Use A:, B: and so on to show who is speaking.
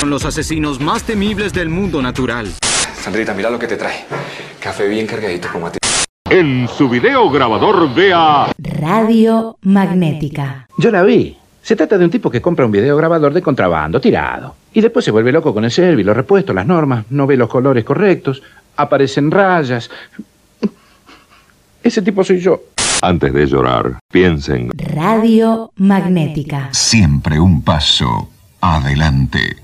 A: Son los asesinos más temibles del mundo natural.
B: Sandrita, mira lo que te trae. Café bien cargadito como a ti.
C: En su video grabador vea
D: Radio Magnética.
E: Yo la vi. Se trata de un tipo que compra un videograbador de contrabando, tirado. Y después se vuelve loco con el selfie, los repuestos, las normas, no ve los colores correctos, aparecen rayas. Ese tipo soy yo.
C: Antes de llorar, piensen.
D: Radio Magnética.
F: Siempre un paso adelante.